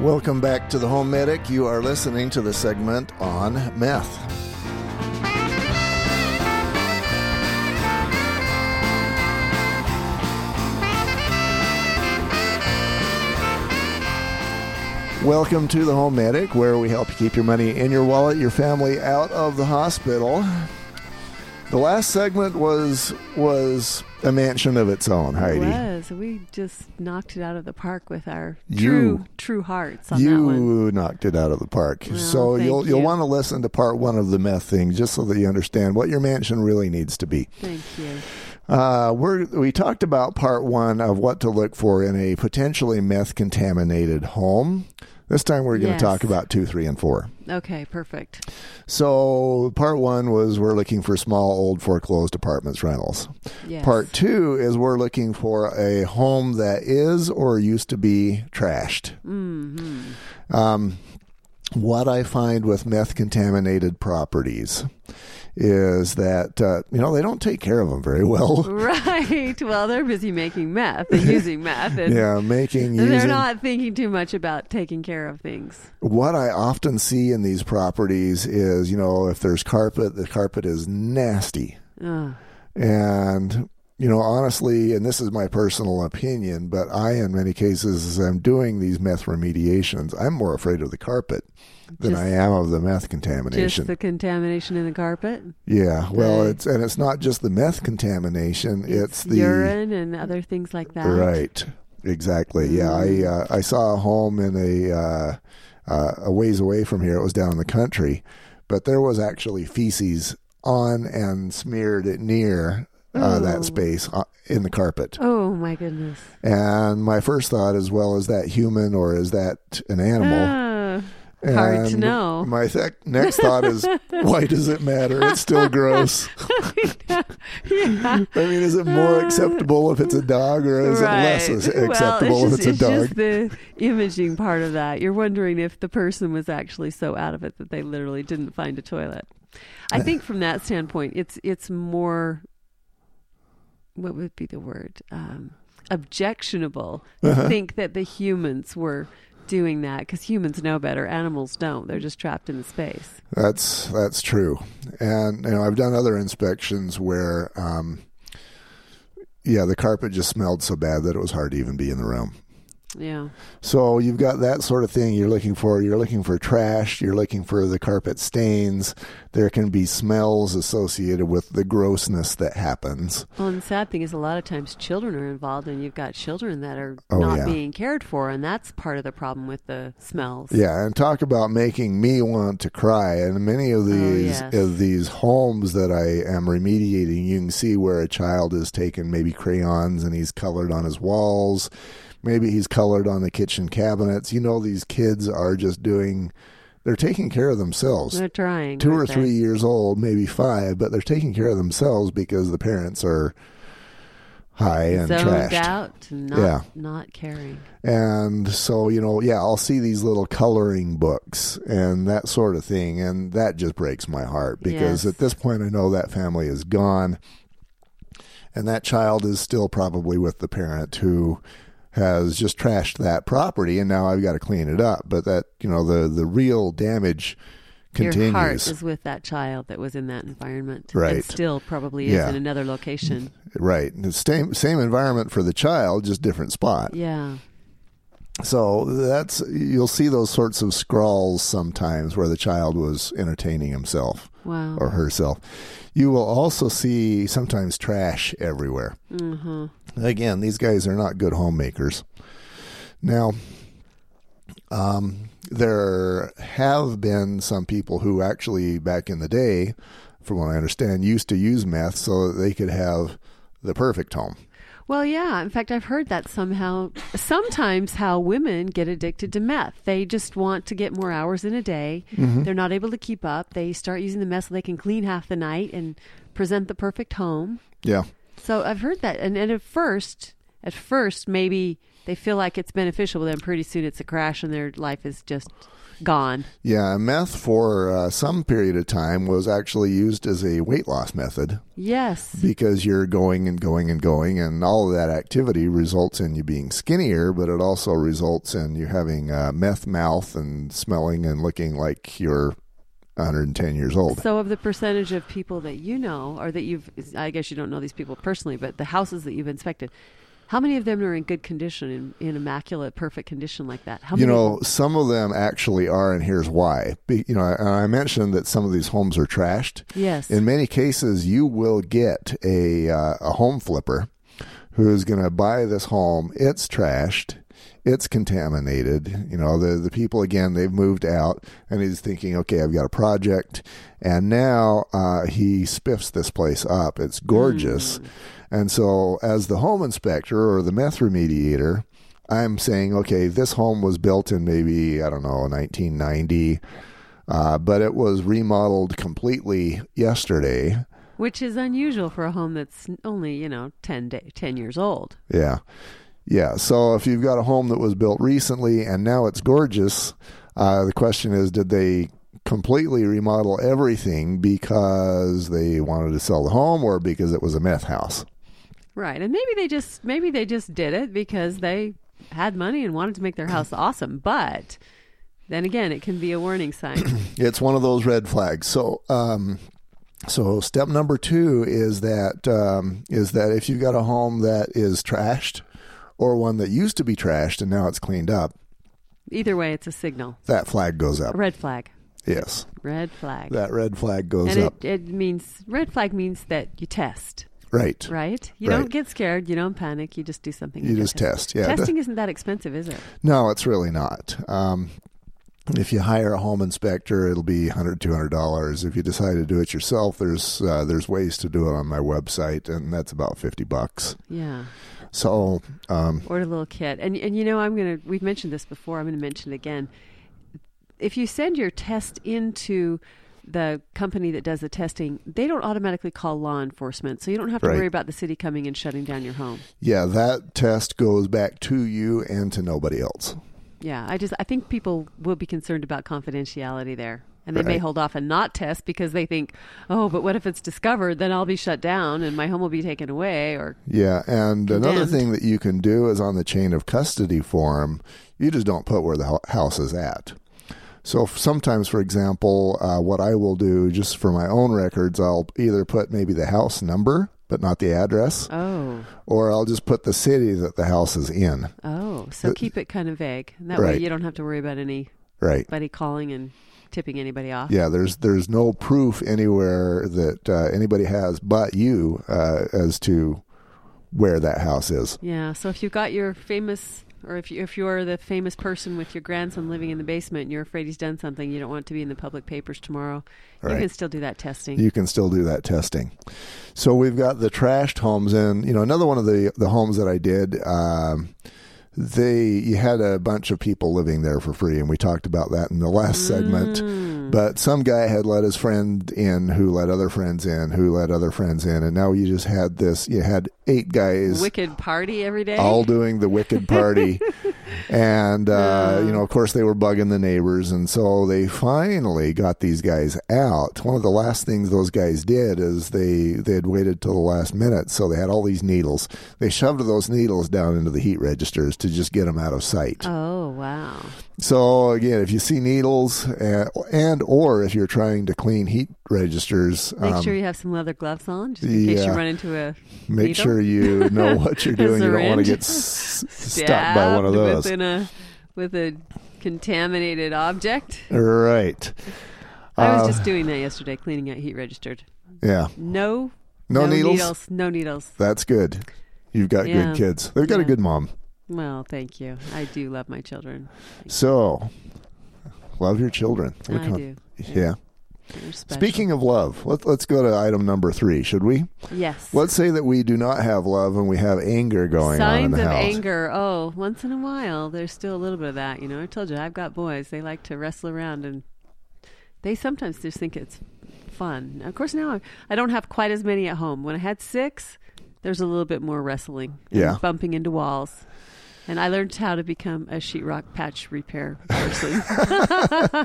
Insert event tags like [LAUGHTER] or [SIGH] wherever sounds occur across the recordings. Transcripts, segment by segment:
Welcome back to the Home Medic. You are listening to the segment on meth. Welcome to the Home Medic, where we help you keep your money in your wallet, your family out of the hospital. The last segment was was a mansion of its own, It Heidi. was. We just knocked it out of the park with our You- true true hearts on that one. You knocked it out of the park. Well, so thank you'll you'll you. want to listen to part one of the meth thing just so that you understand what your mansion really needs to be. Thank you. Uh, we're, we talked about part one of what to look for in a potentially meth contaminated home. This time we're going to Yes. talk about two, three, and four. Okay, perfect. So part one was we're looking for small, old, foreclosed apartments rentals. Yes. [LAUGHS] Part two is we're looking for a home that is or used to be trashed. Mm-hmm. Um, what I find with meth contaminated properties is that uh, you know they don't take care of them very well. Right. Well, they're busy making [LAUGHS] meth and using meth, and yeah, making they're using not thinking too much about taking care of things. what I often see in these properties is you know if there's carpet, the carpet is nasty. Ugh. And, you know, honestly, and this is my personal opinion, but I, in many cases, as I'm doing these meth remediations, I'm more afraid of the carpet than Just- I am of the meth Just contamination. the contamination in the carpet. yeah. Well, Right. it's, and it's not just the meth contamination, it's, the. urine and other things like that. Right. Exactly. Yeah. Mm. I, uh, I saw a home in a, uh, uh, a ways away from here. It was down in the country, but there was actually feces on and smeared near uh, that space uh, in the carpet. Oh my goodness. And my first thought is, well, is that human or is that an animal? Ah, hard to And know. My th- next thought [LAUGHS] is, why does it matter? It's still gross. yeah. [LAUGHS] I mean, is it more acceptable if it's a dog or is Uh, right. it less as- Well, acceptable it's if just, it's a dog? just the imaging part of that. You're wondering if the person was actually so out of it that they literally didn't find a toilet. I think from that standpoint, it's it's more. What would be the word? Um, objectionable to Uh-huh. think that the humans were doing that because humans know better. Animals don't. They're just trapped in the space. That's that's true, and you know I've done other inspections where, um, yeah, the carpet just smelled so bad that it was hard to even be in the room. Yeah. So you've got that sort of thing you're looking for. You're looking for trash. You're looking for the carpet stains. There can be smells associated with the grossness that happens. Well, and the sad thing is, a lot of times children are involved, and you've got children that are Oh, not yeah. being cared for, and that's part of the problem with the smells. Yeah, and talk about making me want to cry. And many of these yes. of these homes that I am remediating, you can see where a child has taken maybe crayons and he's colored on his walls. Maybe he's colored on the kitchen cabinets. You know, these kids are just doing. They're taking care of themselves. They're trying. two or aren't they? three years old, maybe five, but they're taking care of themselves because the parents are high and Zoned trashed. out, and not Yeah. not caring. And so, you know, yeah, I'll see these little coloring books and that sort of thing. And that just breaks my heart because Yes. at this point, I know that family is gone. And that child is still probably with the parent who has just trashed that property. And now I've got to clean it up. But that, you know, the, the real damage continues. Your heart is with that child that was in that environment, Right. And still probably is Yeah. in another location. Right. And it's Same same environment for the child, just different spot. Yeah. So that's you'll see those sorts of scrawls sometimes where the child was entertaining himself Wow. or herself. You will also see sometimes trash everywhere. hmm Again, these guys are not good homemakers. Now, um, there have been some people who actually back in the day, from what I understand, used to use meth so that they could have the perfect home. Well, yeah. In fact, I've heard that somehow, sometimes how women get addicted to meth. They just want to get more hours in a day. They're not able to keep up. They start using the meth so they can clean half the night and present the perfect home. Yeah. So I've heard that. And, and at first, at first, maybe they feel like it's beneficial, but then pretty soon it's a crash and their life is just gone. Yeah, meth for uh, some period of time was actually used as a weight loss method Yes. because you're going and going and going, and all of that activity results in you being skinnier, but it also results in you having uh, meth mouth and smelling and looking like you're 110 years old. So, of the percentage of people that you know, or that you've, I guess you don't know these people personally, but the houses that you've inspected, how many of them are in good condition, in, in immaculate, perfect condition like that? How You many? know, some of them actually are, and here's why. Be, you know, I, I mentioned that some of these homes are trashed. yes. In many cases, you will get a uh, a home flipper who's going to buy this home. It's trashed. It's contaminated. You know, the the people again, they've moved out and he's thinking, "Okay, I've got a project." And now uh, he spiffs this place up. It's gorgeous. And so as the home inspector or the meth remediator, I'm saying, "Okay, this home was built in maybe, I don't know, 1990." Uh, but it was remodeled completely yesterday. Which is unusual for a home that's only, you know, 10, day, 10 years old. Yeah. Yeah. So if you've got a home that was built recently and now it's gorgeous, uh, the question is did they completely remodel everything because they wanted to sell the home or because it was a meth house? Right. And maybe they just maybe they just did it because they had money and wanted to make [CLEARS THROAT] their house awesome, but then again, it can be a [CLEARS THROAT] warning sign. It's one of those red flags. So, um, so step number two is that um, is that if you've got a home that is trashed, or one that used to be trashed and now it's cleaned up, Either way, it's a signal. that flag goes up. A red flag. Yes, Red flag. that red flag goes and up. it, it means red flag means that you test, right. right? You Right. don't get scared, you don't panic, you just do something. You and go just test. Yeah. Testing isn't that expensive, is it? [LAUGHS] No, it's really not. Um, if you hire a home inspector, it'll be $100, $200. If you decide to do it yourself, there's uh, there's ways to do it on my website, and that's about 50 bucks. Yeah. So, um, Order a little kit. And and you know, I'm gonna we've mentioned this before, I'm gonna mention it again. If you send your test into the company that does the testing, they don't automatically call law enforcement. So you don't have to Right. worry about the city coming and shutting down your home. yeah, that test goes back to you and to nobody else. Yeah. I just I think people will be concerned about confidentiality there. And they may Right. hold off and not test because they think, Oh, but what if it's discovered, then I'll be shut down and my home will be taken away or Yeah, and another Condemned. thing that you can do is on the chain of custody form, you just don't put where the hou- house is at. So f- sometimes, for example, uh, what I will do just for my own records, I'll either put maybe the house number, but not the address, Oh. or I'll just put the city that the house is in. Oh. So But- keep it kind of vague. And that way Right. you don't have to worry about any Right. anybody calling and tipping anybody off. Yeah, there's there's no proof anywhere that uh, anybody has but you uh, as to where that house is. Yeah, So if you've got your famous, or if you, if you're the famous person with your grandson living in the basement and you're afraid he's done something, you don't want to be in the public papers tomorrow. You Right. can still do that testing. you can still do that testing. So we've got the trashed homes, and you know another one of the the homes that I did. Um, they you had a bunch of people living there for free, and we talked about that in the last Mm. segment. But some guy had let his friend in, who let other friends in, who let other friends in, and now you just had this. You had eight guys Wicked party every day. all doing the wicked [LAUGHS] party and uh, you know of course they were bugging the neighbors and so they finally got these guys out one of the last things those guys did is they they had waited till the last minute so they had all these needles they shoved those needles down into the heat registers to just get them out of sight Oh wow! so again if you see needles and, and or if you're trying to clean heat registers Make um, sure you have some leather gloves on, just in case you yeah. run into a make needle. sure you [LAUGHS] know what you're A doing you don't want to syringe. get s- stopped by one of stabbed those within a with a contaminated object. Right. I was Uh, just doing that yesterday, cleaning out heat registered. yeah. No, No needles? No needles. That's good. You've got Yeah. good kids. They've got a Yeah. good mom. Well, thank you. I do love my children. So, love your children. I how- do. Yeah. They're special. Speaking of love, let, let's go to item number three, should we? yes, Let's say that we do not have love and we have anger going on in signs the of house. anger. Oh, once in a while, there's still a little bit of that. You know, I told you I've got boys. They like to wrestle around, and they sometimes just think it's fun. Of course, now I, I don't have quite as many at home. When I had six, there's a little bit more wrestling. and Yeah. bumping into walls. And I learned how to become a sheetrock [LAUGHS] patch repair person.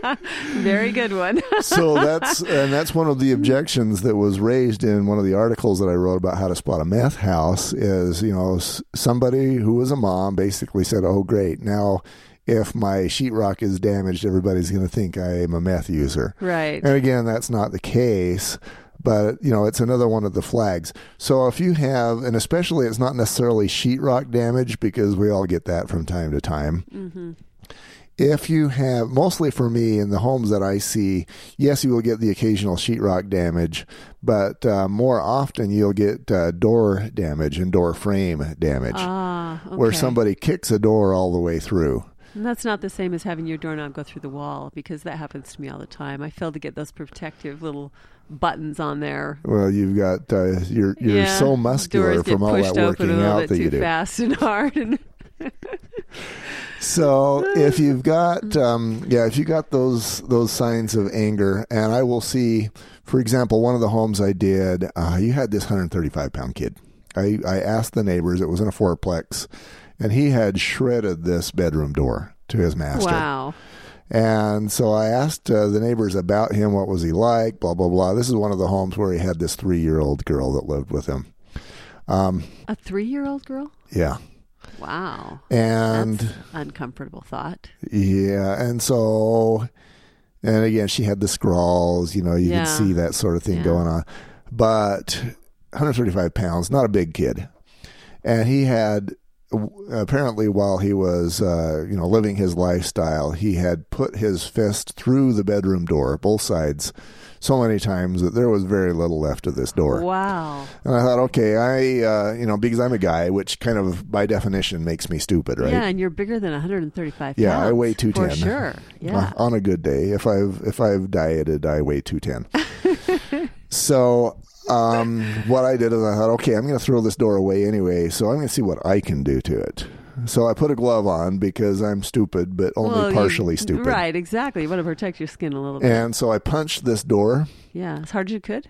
[LAUGHS] Very good one. [LAUGHS] so that's and that's one of the objections that was raised in one of the articles that I wrote about how to spot a meth house is you know s- somebody who was a mom basically said oh great now if my sheetrock is damaged everybody's going to think I am a meth user right. and again that's not the case but you know it's another one of the flags so if you have and especially it's not necessarily sheetrock damage because we all get that from time to time hmm if you have mostly for me in the homes that I see, yes, you will get the occasional sheetrock damage, but uh, more often you'll get uh, door damage and door frame damage Ah, okay. where somebody kicks a door all the way through. And that's not the same as having your doorknob go through the wall because that happens to me all the time. I fail to get those protective little buttons on there. Well, you've got uh, you're you're Yeah, so muscular doors get from all that pushed open a working little out bit that too you do. fast and hard. [LAUGHS] And So if you've got um, yeah, if you got those those signs of anger, and I will see, for example, one of the homes I did, uh, you had this 135 pound kid. I, I asked the neighbors. It was in a fourplex, and he had shredded this bedroom door to his master. wow, And so I asked uh, the neighbors about him. What was he like? Blah blah blah. This is one of the homes where he had this three year old girl that lived with him. Um, a three-year-old girl. yeah, Wow, and. that's uncomfortable thought. Yeah, and so, and again, she had the scrawls. You know, you Yeah. could see that sort of thing Yeah. going on. But 135 pounds, not a big kid, and he had apparently while he was uh, you know living his lifestyle, he had put his fist through the bedroom door, both sides, so many times that there was very little left of this door. Wow, And I thought, okay, I uh, you know because I'm a guy, which kind of by definition makes me stupid, right? yeah, and you're bigger than 135. Yeah, I pounds, weigh for 210. sure. Yeah, Uh, on, on a good day. If I've if I've dieted, I weigh two [LAUGHS] ten. so um, what I did is I thought, okay, I'm going to throw this door away anyway. So I'm going to see what I can do to it. So I put a glove on because I'm stupid, but only Well, you- partially stupid. Right, exactly. You want to protect your skin a little bit. And so I punched this door. yeah, as hard as you could.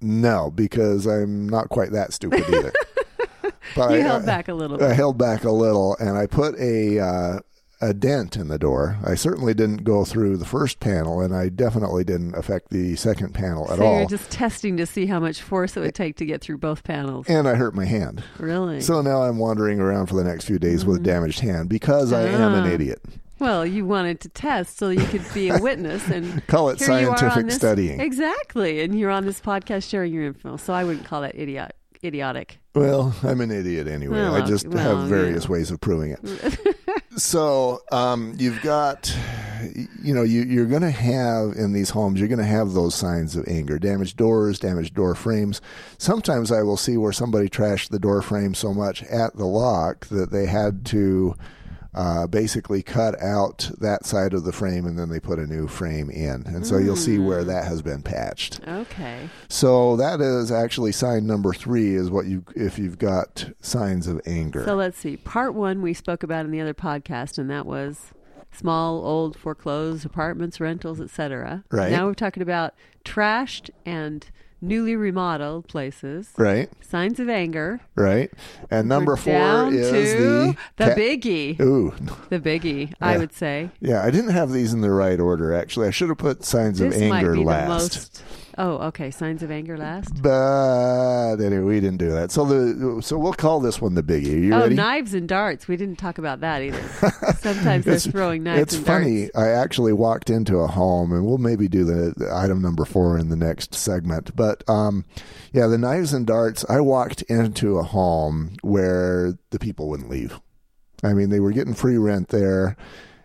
No, because I'm not quite that stupid [LAUGHS] either. but You I- uh, held I- back a little I bit. held back a little, and I put a uh, a dent in the door. I certainly didn't go through the first panel, and I definitely didn't affect the second panel at so all. you're just testing to see how much force it would take to get through both panels. [LAUGHS] and I hurt my hand, Really? so now I'm wandering around for the next few days with a damaged hand because I am an Mm-hmm. Ah. idiot. well, you wanted to test so you could be [LAUGHS] a witness and Call it here you are on scientific this, studying. Exactly. And you're on this podcast sharing your info. So I wouldn't call that idiot idiotic. Well, I'm an idiot anyway. Well, I just well, have various yeah. ways of proving it. [LAUGHS] so um, you've got, you know, you, you're going to have in these homes, you're going to have those signs of anger, damaged doors, damaged door frames. Sometimes I will see where somebody trashed the door frame so much at the lock that they had to uh, basically cut out that side of the frame and then they put a new frame in. And so you'll see where Mm. that has been patched. Okay. So that is actually sign number three is what you if you've got signs of anger. So let's see. Part one we spoke about in the other podcast, and that was small, old, foreclosed apartments, rentals, etc. Right. Now we're talking about trashed and newly remodeled places. right, Signs of anger. right. And number We're four down is to the ca- biggie. Ooh, The biggie, I would say. yeah. I didn't have these in the right order. Actually, I should have put signs This of anger might be last. the most. Oh, okay. Signs of anger last. But anyway, we didn't do that. So the so we'll call this one the biggie. You oh, ready? knives and darts. We didn't talk about [LAUGHS] that either. Sometimes they're It's- throwing knives It's and funny. darts. I actually walked into a home, and we'll maybe do the, the item number four in the next segment. But um, yeah, the knives and darts. I walked into a home where the people wouldn't leave. I mean, they were getting free rent there,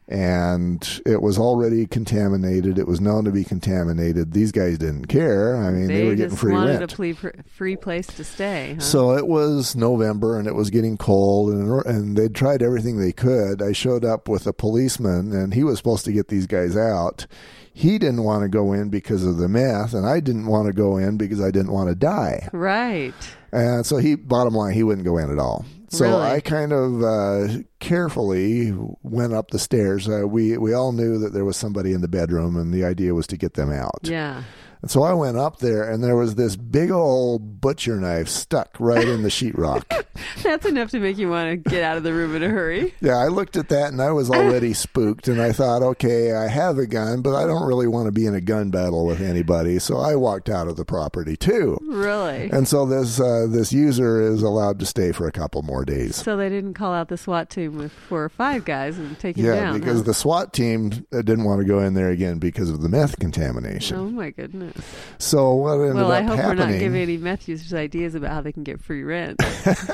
and it was already contaminated. It was known to be contaminated. These guys didn't care. I mean, they, were getting just free wanted rent. a plea- free place to stay. Huh? So it was November and it was getting cold and and they tried everything they could. I showed up with a policeman and he was supposed to get these guys out. He didn't want to go in because of the meth and I didn't want to go in because I didn't want to die. right. And so he bottom line he wouldn't go in at all. So Really? I kind of uh, carefully went up the stairs. Uh, we we all knew that there was somebody in the bedroom and the idea was to get them out. Yeah. And so I went up there, and there was this big old butcher knife stuck right in the sheetrock. That's enough to make you want to get out of the room in a hurry. yeah, I looked at that, and I was [LAUGHS] already spooked, and I thought, okay, I have a gun, but I don't really want to be in a gun battle with anybody. So I walked out of the property too. Really? And so this uh, this user is allowed to stay for a couple more days. So they didn't call out the SWAT team with four or five guys and take him Yeah, down. because huh? the SWAT team uh, didn't want to go in there again because of the meth contamination. Oh my goodness! So what ended Well, up I hope happening? we're not giving any meth users ideas about how they can get [LAUGHS] free rent.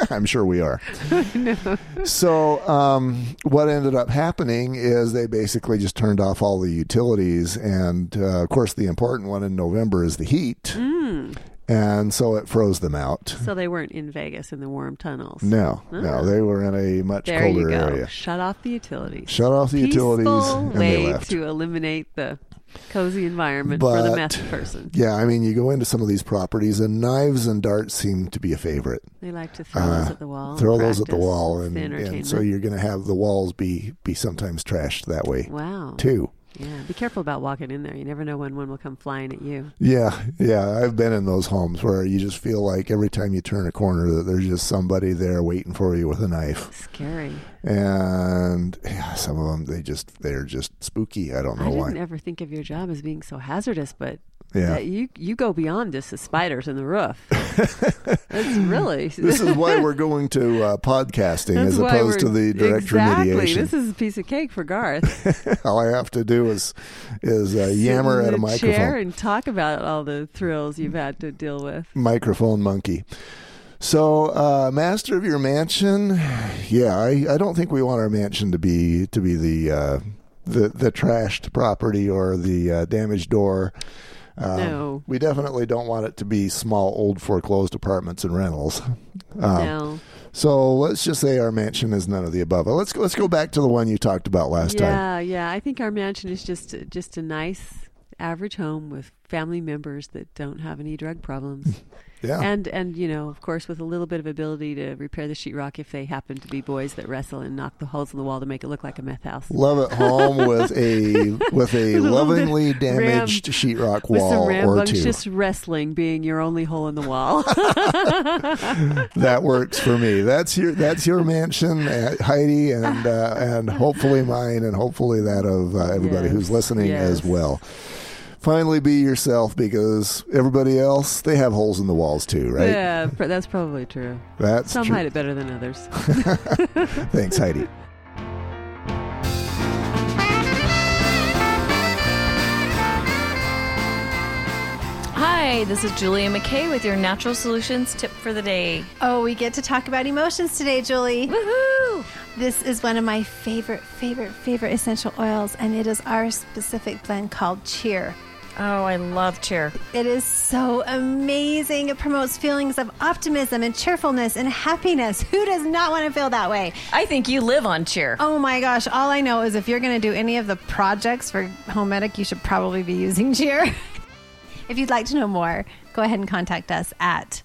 I'm sure we [LAUGHS] are. So um, what ended up happening is they basically just turned off all the utilities, and uh, of course the important one in November is the heat, mm. and so it froze them out. So they weren't in Vegas in the warm tunnels. No, Ah. no, they were in a much there colder you go. area. Shut off the utilities. Shut off the utilities, Peaceful and they way left. to eliminate the cozy environment for the But- meth person. yeah, I mean, you go into some of these properties, and knives and darts seem to be a favorite. They like to throw Uh, those at the wall. and throw those at the practice. wall It's and, the and so entertainment. you're going to have the walls be be sometimes trashed that way Wow. too Yeah. Be careful about walking in there. You never know when one will come flying at you. yeah yeah i've been in those homes where you just feel like every time you turn a corner that there's just somebody there waiting for you with a knife Scary. and yeah, some of them they just they're just spooky i don't I know didn't Oh, why ever think of your job as being so hazardous, but yeah that you you go beyond just the spiders in [LAUGHS] the roof. That's really this is why we're going to uh, podcasting [LAUGHS] that's as why opposed to we're- the direct exactly. remediation This is a piece of cake for Garth. [LAUGHS] all i have to do is is uh, Sit yammer in at [LAUGHS] a the microphone chair and talk about all the thrills you've had to deal with. microphone monkey. So, uh, master of your mansion, yeah, I, I don't think we want our mansion to be to be the uh, the the trashed property or the uh, damaged door. Um, No. we definitely don't want it to be small, old, foreclosed apartments and rentals. Um, no. So let's just say our mansion is none of the above. Let's let's go back to the one you talked about last time. Yeah, yeah. I think our mansion is just just a nice average home with family members that don't have any [LAUGHS] drug problems. Yeah, And and you know, of course, with a little bit of ability to repair the sheetrock if they happen to be boys that wrestle and knock the holes in the wall to make it look like a meth house. love it home with [LAUGHS] a with a With a little bit lovingly damaged sheetrock With some wall or two. rambunctious wrestling being your only hole in the wall. [LAUGHS] that works for me. That's your that's your mansion, uh, Heidi, and uh, and hopefully mine, and hopefully that of uh, everybody who's Yes, listening as yes. well. Finally, be yourself because everybody else they have holes in the walls too, right? Yeah, pr- that's probably true. That's Some true. hide it better than others. Thanks, Heidi. Hi, this is Julia McKay with your Natural Solutions tip for the day. Oh, we get to talk about emotions today, Julie. Woohoo! This is one of my favorite, favorite, favorite essential oils, and it is our specific blend called Cheer. Oh, I love cheer. It is so amazing. It promotes feelings of optimism and cheerfulness and happiness. [LAUGHS] Who does not want to feel that way? I think you live on cheer. Oh my gosh, all I know is if you're going to do any of the projects for Home Medic, you should probably be using [LAUGHS] Cheer. if you'd like to know more, go ahead and contact us at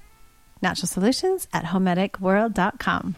naturalsolutions at homemedicworld.com.